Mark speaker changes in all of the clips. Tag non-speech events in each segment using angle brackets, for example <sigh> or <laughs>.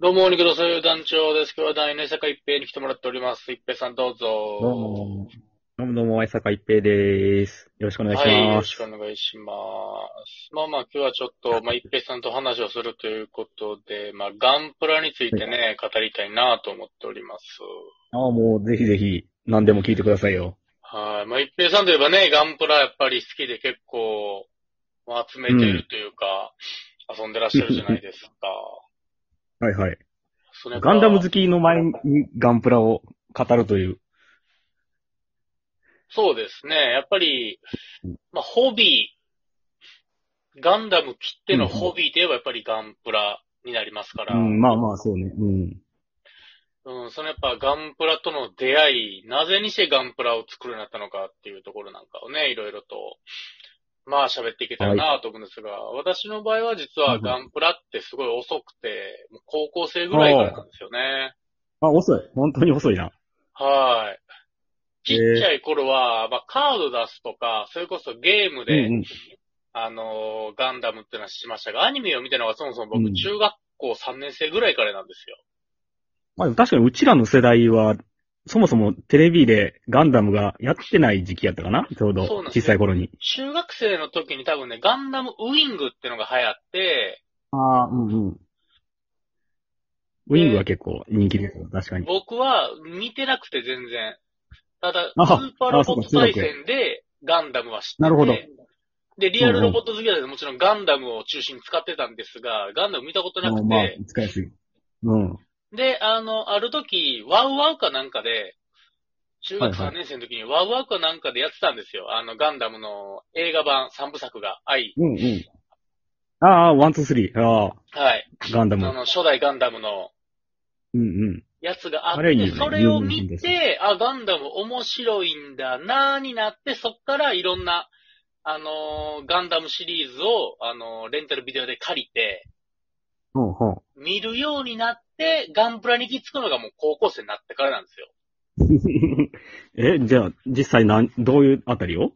Speaker 1: どうも、お肉とそういう団長です。今日は第二坂一平に来てもらっております。一平さんどうぞ。
Speaker 2: どうも。どうもどうも、江坂一平です。よろしくお願いし
Speaker 1: はい、よ
Speaker 2: ま
Speaker 1: ろし
Speaker 2: す。
Speaker 1: くお願いします。まあまあ、今日はちょっと、まあ、一平さんと話をするということで、まあ、ガンプラについてね、語りたいなと思っております。
Speaker 2: ああ、もうぜひぜひ、何でも聞いてくださいよ。
Speaker 1: はい。まあ、一平さんといえばね、ガンプラやっぱり好きで結構、まあ、集めてるというか、遊んでらっしゃるじゃないですか。
Speaker 2: はいはい。
Speaker 1: そのやっぱ
Speaker 2: ガンダム好きの前にガンプラを語るという。
Speaker 1: そうですね。やっぱり、まあ、ホビー、ガンダム切ってのホビーといえばやっぱりガンプラになりますから、
Speaker 2: う
Speaker 1: うん
Speaker 2: ん、まあまあ、そうね。うん。
Speaker 1: そのやっぱガンプラとの出会い、なぜにしてガンプラを作るようになったのかっていうところなんかをね、いろいろと、まあ喋っていけたらなと思うんですが、私の場合は実はガンプラってすごい遅くて、もう高校生ぐらいからなんですよね。
Speaker 2: あ、遅い。本当に遅いな。
Speaker 1: はい。ち
Speaker 2: へ
Speaker 1: っ
Speaker 2: え
Speaker 1: ちゃい頃は、まあカード出すとか、それこそゲーム
Speaker 2: う
Speaker 1: で、
Speaker 2: ん
Speaker 1: あのーガンダムってのはしましたが、アニメを見たのがそもそも僕、
Speaker 2: うん
Speaker 1: 中学校3年生ぐらいからなんですよ。
Speaker 2: まあ、確かにうちらの世代は、そもそもテレビでガンダムがやってない時期やったかなちょうど
Speaker 1: そうなん、です
Speaker 2: 小
Speaker 1: よ
Speaker 2: さい頃に。
Speaker 1: 中学生の時に多分ね、ガンダムウィングってのが流行って、
Speaker 2: ああ、うんうん。ウィングは結構人気ですよ、確かに。
Speaker 1: 僕は見てなくて全然。ただ、ス
Speaker 2: あ
Speaker 1: ーパーロボ
Speaker 2: あそう
Speaker 1: ッ
Speaker 2: か
Speaker 1: ト対戦でガンダムは知ってて。
Speaker 2: なるほど
Speaker 1: で、リアルロボット好きだともちろんガンダムを中心に使ってたんですが、ガンダム見たことなくて、
Speaker 2: まあ、使いやすい。うん。
Speaker 1: で、あの、ある時、ワウワウかなんかで、中学
Speaker 2: はい
Speaker 1: 3
Speaker 2: はい
Speaker 1: 年生の時にワウワウかなんかでやってたんですよ。あの、ガンダムの映画版3部作が、愛。
Speaker 2: うんうん。ああ、ワン、ツー、スリー。ああ、
Speaker 1: はい。
Speaker 2: ガンダ
Speaker 1: あ
Speaker 2: ム。
Speaker 1: の、初代ガンダムの
Speaker 2: うんうん。
Speaker 1: やつがあっ
Speaker 2: あれいい
Speaker 1: て、
Speaker 2: よね
Speaker 1: それを見
Speaker 2: 有名です
Speaker 1: て、あ、ガンダム面白いんだなーになって、そっからいろんな、あのーガンダムシリーズを、あのーレンタルビデオで借りて、
Speaker 2: ほうほう。
Speaker 1: 見るようになって、ガンプラに行き着くのがもう高校生になってからなんですよ。
Speaker 2: <laughs> え、じゃあ、実際なん、どういうあたりを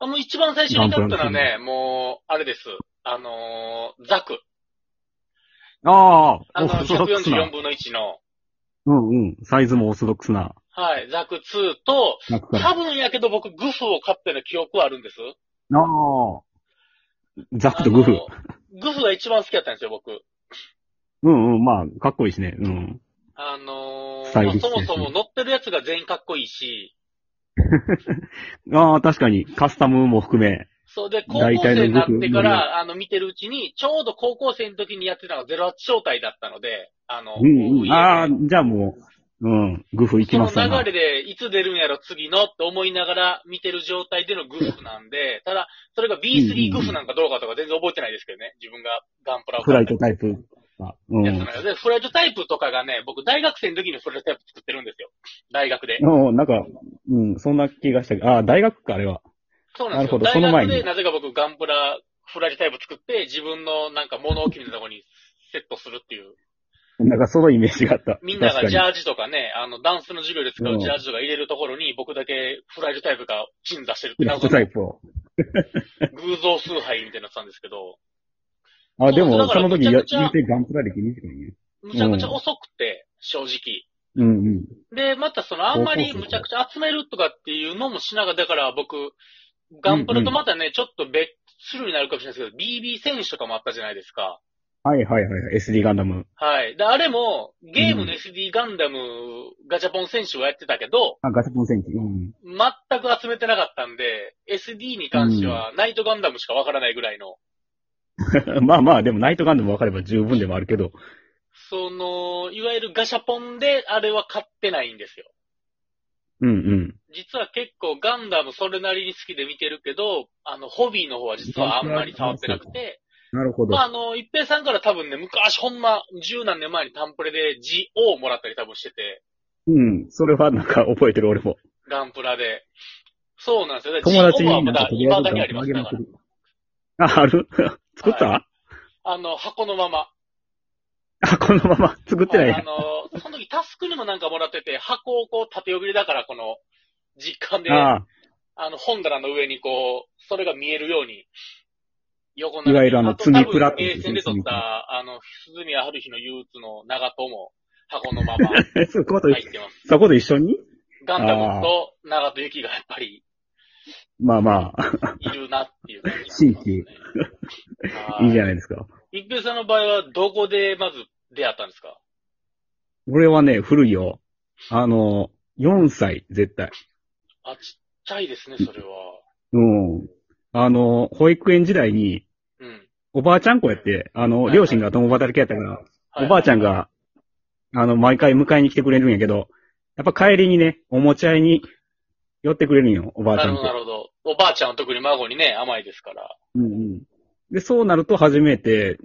Speaker 1: あの、一番最初に買ったのは
Speaker 2: ガンプラ
Speaker 1: ね、もう、あれです。あのーザク。
Speaker 2: ああ、
Speaker 1: あの、
Speaker 2: オーソドック
Speaker 1: 144
Speaker 2: スな。
Speaker 1: 分の1の。
Speaker 2: うんうん。サイズもオーソドックスな。
Speaker 1: はい、ザク2と、
Speaker 2: 中から。
Speaker 1: 多分やけど僕、グフを買ったような記憶はあるんです。
Speaker 2: ああ。ザックとグ
Speaker 1: あ
Speaker 2: フ
Speaker 1: の。グフが一番好きだったんですよ、僕。
Speaker 2: うんうん。まあ、かっこいいしね。うん。
Speaker 1: あの
Speaker 2: ス
Speaker 1: ー
Speaker 2: タイ
Speaker 1: まあ
Speaker 2: リッシ
Speaker 1: そ
Speaker 2: ュ
Speaker 1: もそも乗ってるやつが全員かっこいいし、
Speaker 2: ああ、確かに。カスタムも含め。
Speaker 1: そうで、高校
Speaker 2: 大体
Speaker 1: 生
Speaker 2: の
Speaker 1: になってか
Speaker 2: グ
Speaker 1: ら、あの、見てるうちに、ちょうど高校生の時にやってたのが08招待だったので、あの、
Speaker 2: うん
Speaker 1: こ
Speaker 2: う
Speaker 1: い
Speaker 2: ん。ああ、
Speaker 1: ね
Speaker 2: じゃあもう、うん。グフいき
Speaker 1: そ
Speaker 2: ま
Speaker 1: の
Speaker 2: すわな。
Speaker 1: 流れで、いつ出るんやろ、次のって思いながら見てる状態でのグフなんで、ただ、それが
Speaker 2: うんうんう
Speaker 1: B3
Speaker 2: ん
Speaker 1: グフなんかどうかとか全然覚えてないですけどね。自分がガンプラを
Speaker 2: フラ
Speaker 1: 買った
Speaker 2: イト
Speaker 1: や
Speaker 2: タイプが。う
Speaker 1: つ
Speaker 2: ん。
Speaker 1: なので、フライトタイプとかがね、僕大学生の時にフライトタイプ作ってるんですよ。大学で。
Speaker 2: うん、なんか、うん、そんな気がしたけど、ああ、大学か、あれは。
Speaker 1: そうなんですよ。
Speaker 2: なる
Speaker 1: 大
Speaker 2: ほどその前
Speaker 1: 学
Speaker 2: に
Speaker 1: でなぜか僕ガンプラフライトタイプ作って、自分のなんか物置みたいなとこにセットするっていう。
Speaker 2: なんかそのイメージがあった。
Speaker 1: みんなが
Speaker 2: 確
Speaker 1: ジャ
Speaker 2: か
Speaker 1: ージとかね、あの、ダンスの授業で使うジャージとか入れるところに、僕だけフライトタイプが鎮座してるって
Speaker 2: に。ラ
Speaker 1: 謎
Speaker 2: フト
Speaker 1: の
Speaker 2: タイプを。
Speaker 1: 偶像崇拝みたいになってたんですけど、
Speaker 2: あ、で
Speaker 1: そうだ
Speaker 2: も、
Speaker 1: から
Speaker 2: その時、
Speaker 1: めちゃ
Speaker 2: や
Speaker 1: くちゃ
Speaker 2: 言うてガンプラ歴2時間ね。
Speaker 1: むちゃくちゃ遅くて、正直。
Speaker 2: うんうん。
Speaker 1: で、またそのあんまり
Speaker 2: そうそう
Speaker 1: む
Speaker 2: そう
Speaker 1: ちゃくちゃ集めるとかっていうのもしながら、だから僕、ガンプラとまたね、ちょっと別種類になるかもしれないですけど、BB 選手とかもあったじゃないですか。
Speaker 2: はいはいはい。SD ガンダム。
Speaker 1: はい。で、あれも、ゲームの
Speaker 2: うん
Speaker 1: SD ガンダムガチャポン選手はやってたけど、
Speaker 2: あ、ガチャポン戦記。うん。 <laughs>
Speaker 1: 全く集めてなかったんで、SD に関しては、ナイトガンダムしかわからないぐらいの、
Speaker 2: まあまあ、でも、ナイトガンダム分かれば十分でもあるけど。
Speaker 1: その、いわゆるガシャポンで、あれは買ってないんですよ。
Speaker 2: うんうん。
Speaker 1: 実は結構ガンダムそれなりに好きで見てるけど、あの、ホビーの方は実はあんまり触ってなくて、
Speaker 2: なるほ
Speaker 1: まあ、あの、一平さんから多分ね、昔ほんま、十何年前にタンプレで GO をもらったり多分してて、
Speaker 2: うん。それはなんか覚えてる俺も。
Speaker 1: ガンプラで。そうなんですよ。
Speaker 2: 友達
Speaker 1: GO は
Speaker 2: に
Speaker 1: ま
Speaker 2: なん
Speaker 1: だ
Speaker 2: か、とり
Speaker 1: 今
Speaker 2: あえず
Speaker 1: だにあ
Speaker 2: ガン
Speaker 1: り
Speaker 2: プ
Speaker 1: ま
Speaker 2: ラあ
Speaker 1: す
Speaker 2: げ
Speaker 1: だ
Speaker 2: ま
Speaker 1: から。
Speaker 2: くる。あ、ある <laughs> 作った、
Speaker 1: あの、箱のまま。
Speaker 2: あ、このまま作ってない
Speaker 1: あ
Speaker 2: や。
Speaker 1: の、その時タスクにもなんかもらってて、箱をこう縦呼びだから、この、実感で、あ
Speaker 2: ああ。
Speaker 1: の、本棚の上にこう、それが見えるように横
Speaker 2: いわゆるあの
Speaker 1: と多分
Speaker 2: 罪プラってやつ
Speaker 1: ゲーセンで撮った、あの、鈴宮春日の憂鬱の長友も箱のまま入
Speaker 2: え、そ <laughs> こと、
Speaker 1: ってます。
Speaker 2: そこと一緒に
Speaker 1: ガンダムと長友幸がやっぱり
Speaker 2: まあまあ、
Speaker 1: いるなっていう感じ、
Speaker 2: 新規。いいじゃないですか。
Speaker 1: い。一平さんの場合はどこでまず出会ったんですか
Speaker 2: 俺はね、古いよ。あの、4歳、絶対。
Speaker 1: あ、ちっちゃいですね、それは。
Speaker 2: うん。あの、保育園時代に、
Speaker 1: うん。
Speaker 2: おばあちゃん子やって、あの、
Speaker 1: はい
Speaker 2: 両親が共働きやったから、
Speaker 1: はい
Speaker 2: おばあちゃんが、あの、毎回迎えに来てくれるんやけど、やっぱ帰りにね、おもちゃ屋に寄ってくれるんよ、おばあち
Speaker 1: な
Speaker 2: ゃ
Speaker 1: る
Speaker 2: ん
Speaker 1: ほ
Speaker 2: 子
Speaker 1: ど、。なるほど。おばあちゃんは特に孫にね、甘いですから。
Speaker 2: うんうん。で、そうなると初めて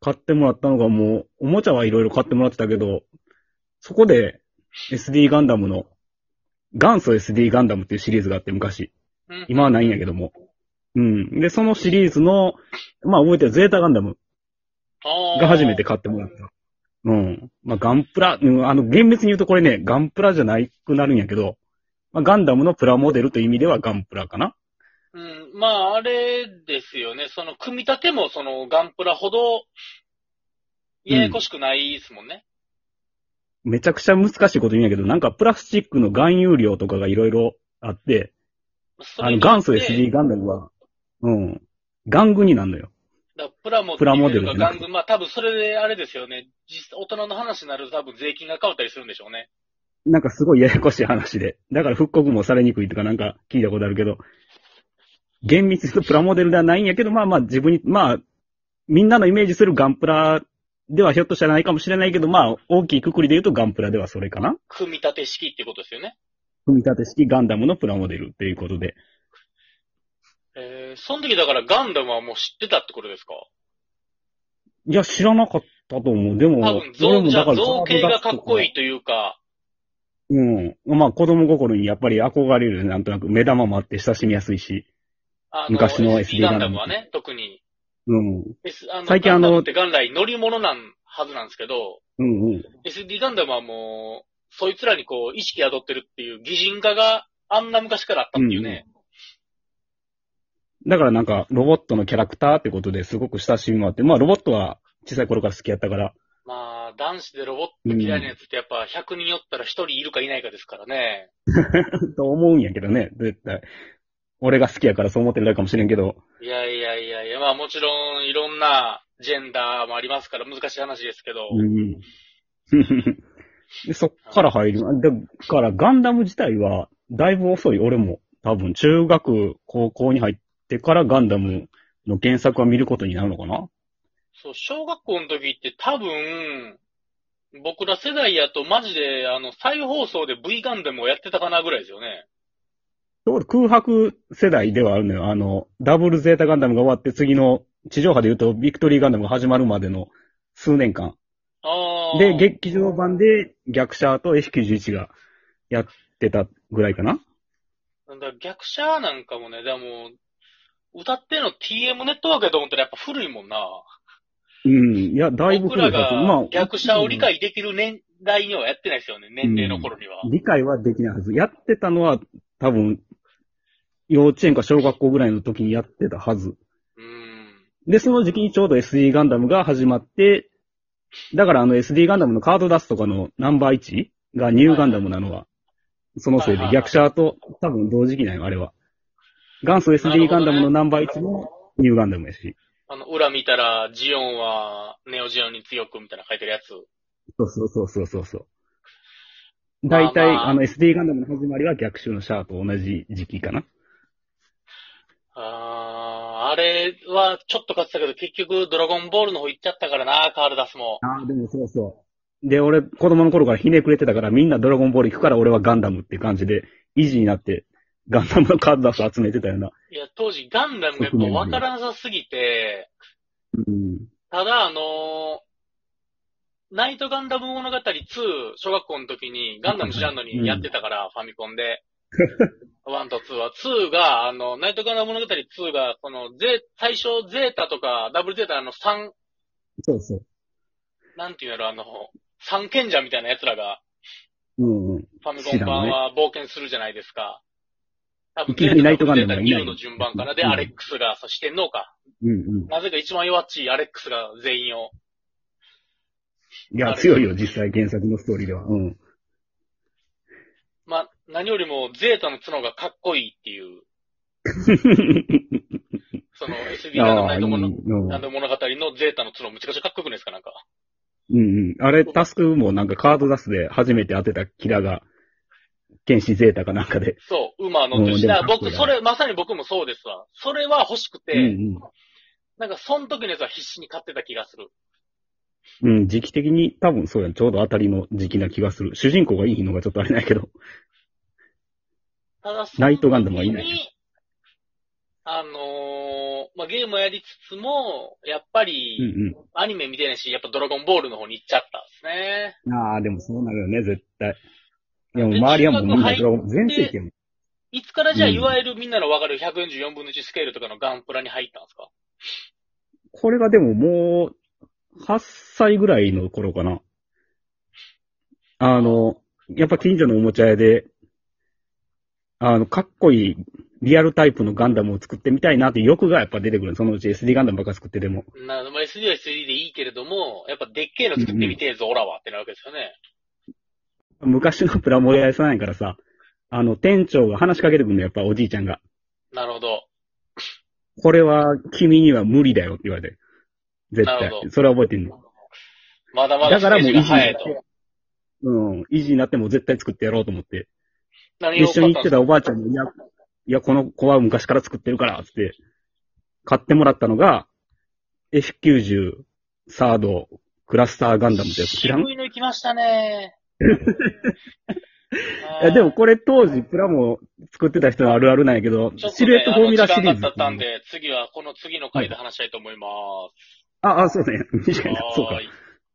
Speaker 2: 買ってもらったのがもう、おもちゃはいろいろ買ってもらってたけど、そこで SD ガンダムの、元祖 SD ガンダムっていうシリーズがあって昔。
Speaker 1: うん。
Speaker 2: 今はないんやけども。うん。で、そのシリーズの、まあ覚えてるゼータガンダム
Speaker 1: あー
Speaker 2: が初めて。買ってもらった。うん。まあガンプラ、うん、あの、厳密に言うとこれね、ガンプラじゃないくなるんやけど、まあガンダムのプラモデルという意味ではガンプラかな。
Speaker 1: うん。まあ、あれですよね。その、組み立ても、その、ガンプラほど、ややこしくないですもんね。
Speaker 2: めちゃくちゃ難しいこと言うんやけど、なんかプラスチックの含有量とかがいろいろあって、
Speaker 1: それ
Speaker 2: あ
Speaker 1: に
Speaker 2: の、
Speaker 1: よって
Speaker 2: 元祖 SD ガンダムは、うん、玩具になるのよ。
Speaker 1: だからプラモ
Speaker 2: プラモデル
Speaker 1: っていう
Speaker 2: じ
Speaker 1: か
Speaker 2: ゃな
Speaker 1: ガン
Speaker 2: くて
Speaker 1: グ、まあ多分それであれですよね。実大人の話になると多分税金が変わったりするんでしょうね。
Speaker 2: なんかすごいややこしい話で。だから復刻もされにくいとかなんか聞いたことあるけど、厳密に言うとプラモデルではないんやけど、まあまあ自分に、まあ、みんなのイメージするガンプラではひょっとしたらないかもしれないけど、まあ大きいくくりで言うとガンプラではそれかな。
Speaker 1: 組み立て式ってことですよね。
Speaker 2: 組み立て式ガンダムのプラモデルっていうことで。
Speaker 1: えー、その時だからガンダムはもう知ってたってことですか
Speaker 2: いや、知らなかったと思う。でも、
Speaker 1: 多分
Speaker 2: 俺
Speaker 1: 造、
Speaker 2: も
Speaker 1: じゃ
Speaker 2: だ
Speaker 1: あ
Speaker 2: から
Speaker 1: 造形がかっこいいというか、
Speaker 2: うん。まあ子供心にやっぱり憧れるよねなんとなく目玉もあって親しみやすいし。
Speaker 1: あ
Speaker 2: 昔の SD
Speaker 1: ガンダムはね、特に。
Speaker 2: うん。
Speaker 1: S、あの、
Speaker 2: 最近あの
Speaker 1: ガンダムって元来乗り物なんはずなんですけど、
Speaker 2: うんうん。
Speaker 1: SD ガンダムはもう、そいつらにこう、意識宿ってるっていう擬人化があんな昔からあったっていうね。
Speaker 2: だからなんかロボットのキャラクターってことですごく親しみもあって、まあロボットは小さい頃から好きやったから、
Speaker 1: まあ、男子でロボット嫌いなやつってやっぱ100人寄ったら1人いるかいないかですからね。
Speaker 2: と思うんやけどね、絶対。俺が好きやからそう思ってるだけかもしれんけど、
Speaker 1: いやいやいやいや、まあもちろんいろんなジェンダーもありますから難しい話ですけど。
Speaker 2: うん。 <laughs> でそっから入る。だからガンダム自体はだいぶ遅い、俺も。多分中学、高校に入ってからガンダムの原作は見ることになるのかな
Speaker 1: そう、小学校の時って多分、僕ら世代やとマジであの、再放送で V ガンダムをやってたかなぐらいですよね。
Speaker 2: ちょうど空白世代ではあるのよ。あの、ダブルゼータガンダムが終わって次の地上波で言うとビクトリーガンダムが始まるまでの数年間。
Speaker 1: ああ。
Speaker 2: で、劇場版で逆者と F91 がやってたぐらいかな。
Speaker 1: なんだ、逆者なんかもね、でも、歌ってんの TM ネットワークやと思ったらやっぱ古いもんな。
Speaker 2: うん。いや、だいぶ
Speaker 1: 僕ら
Speaker 2: 古いだと思う
Speaker 1: が逆者を理解できる年代にはやってないですよね、年齢の頃には。
Speaker 2: 理解はできないはず。やってたのは多分、幼稚園か小学校ぐらいの時にやってたはず。
Speaker 1: うん。
Speaker 2: で、その時期にちょうど SD ガンダムが始まって、だからあの SD ガンダムのカードダストとかのナンバー1がニューガンダムなのは、そのせ
Speaker 1: は
Speaker 2: い
Speaker 1: い
Speaker 2: で
Speaker 1: はいはい
Speaker 2: 逆者と多分同時期なんよ、あれは。元祖
Speaker 1: なるほど
Speaker 2: SD ガ
Speaker 1: ね
Speaker 2: ンダムのナンバー1もニューガンダムやし。
Speaker 1: あの、裏見たら、ジオンは、ネオジオンに強くみたいなの書いてるやつ。
Speaker 2: そうそうそうそうそうそう。
Speaker 1: まあま
Speaker 2: 大
Speaker 1: あ
Speaker 2: 体、あの SD ガンダムの始まりは逆襲のシャアと同じ時期かな。
Speaker 1: あー、あれはちょっと買ってたけど、結局ドラゴンボールの方行っちゃったからな、カールダスも。
Speaker 2: ああ、でもそうそう。で、俺、子供の頃からひねくれてたから、みんなドラゴンボール行くから、俺はガンダムって感じで、維持になって、ガンダムのカードダスト集めてたよな。
Speaker 1: いや、当時ガンダムがやっぱわからなさすぎて、
Speaker 2: うん。
Speaker 1: ただあのーナイトガンダム物語2、小学校の時にガンダム知らんのにやってたから、ファミコンで。1と2は、2が、あの、ナイトガンダム物語2が、その、ゼ、最初ゼータとか、ダブルゼータの3、
Speaker 2: そうそ
Speaker 1: なんていうんやろ、あの、三賢者みたいな奴らが、
Speaker 2: う。うんうん。
Speaker 1: ファミコン版は冒険するじゃないですか。多分
Speaker 2: いきなりナイトガンダムがいない
Speaker 1: ゼータの順番からで、
Speaker 2: うん
Speaker 1: アレックスが、そう四天王か。
Speaker 2: うんうん。
Speaker 1: なぜか一番弱っちいアレックスが全員を。
Speaker 2: いや、強いよ、実際原作のストーリーでは。
Speaker 1: <laughs>
Speaker 2: うん。
Speaker 1: まあ、何よりも、ゼータの角がかっこいいっていう、そ
Speaker 2: <laughs>
Speaker 1: の SD がの
Speaker 2: あ
Speaker 1: な
Speaker 2: あ、
Speaker 1: い
Speaker 2: いい
Speaker 1: とこの、
Speaker 2: うん
Speaker 1: なんで物語のゼータの角めちゃくちゃかっこよくないですかなんか。
Speaker 2: うんうん。あれ、タスクもなんかカード出すで初めて当てたキラが、剣士ゼータかなんかで。
Speaker 1: そう、馬乗ってる
Speaker 2: うん
Speaker 1: し。
Speaker 2: でも
Speaker 1: だから
Speaker 2: かっこい
Speaker 1: 僕、
Speaker 2: いな
Speaker 1: それ、まさに僕もそうですわ。それは欲しくて、
Speaker 2: うん
Speaker 1: なんか、その時のやつは必死に買ってた気がする。
Speaker 2: うん。うん、時期的に多分そうやん。ちょうど当たりの時期な気がする。主人公がいいのがちょっとあれないけど。
Speaker 1: ただ、
Speaker 2: ナイトガンダムはいない
Speaker 1: その時に。あのーまあ、ゲームをやりつつも、やっぱり、
Speaker 2: うん
Speaker 1: アニメ見てないし、やっぱドラゴンボールの方に行っちゃったんですね。
Speaker 2: うん。ああ、でもそうなるよね、絶対。でも周りはもうみんなドラゴン、全盛期やもん。
Speaker 1: いつからじゃあ、
Speaker 2: うん
Speaker 1: いわゆるみんなのわかる144分の1スケールとかのガンプラに入ったんですか
Speaker 2: これがでももう、8歳ぐらいの頃かな。あの、やっぱ近所のおもちゃ屋で、あの、かっこいいリアルタイプのガンダムを作ってみたいなって欲がやっぱ出てくる。そのうち SD ガンダムばっか作ってでも。
Speaker 1: な、まあ、SD は SD でいいけれども、やっぱでっけえの作ってみてえぞ、オラはってなるわけですよね。
Speaker 2: 昔のプラモデル屋さんやからさ、あの、店長が話しかけてくるのやっぱおじいちゃんが。
Speaker 1: なるほど。
Speaker 2: これは君には無理だよって言われて。絶
Speaker 1: な
Speaker 2: 対
Speaker 1: るほ。ど
Speaker 2: それは覚えてんの。
Speaker 1: まだまだ
Speaker 2: だ
Speaker 1: ス
Speaker 2: か
Speaker 1: テージが
Speaker 2: らもう維持にな
Speaker 1: 早い
Speaker 2: っ
Speaker 1: と。
Speaker 2: て、うん、維持になっても絶対作ってやろうと思って。
Speaker 1: 何
Speaker 2: 一緒に行って
Speaker 1: た
Speaker 2: たおばあちゃんも、いや、いや、この子は昔から作ってるから、つって、買ってもらったのが、F90 サードクラスターガンダムってやつ知らんい
Speaker 1: 渋いの行きましたね。
Speaker 2: <laughs> や、でもこれ当時プラも作ってた人のあるあるなんやけど、
Speaker 1: ちょっとね
Speaker 2: シルエットフォーミュラシリー
Speaker 1: あの時間
Speaker 2: ズ
Speaker 1: が経ったんで、次はこの次の回で話したいと思います。
Speaker 2: あ、あ、そうね。短いな。そうか <laughs>
Speaker 1: はー。い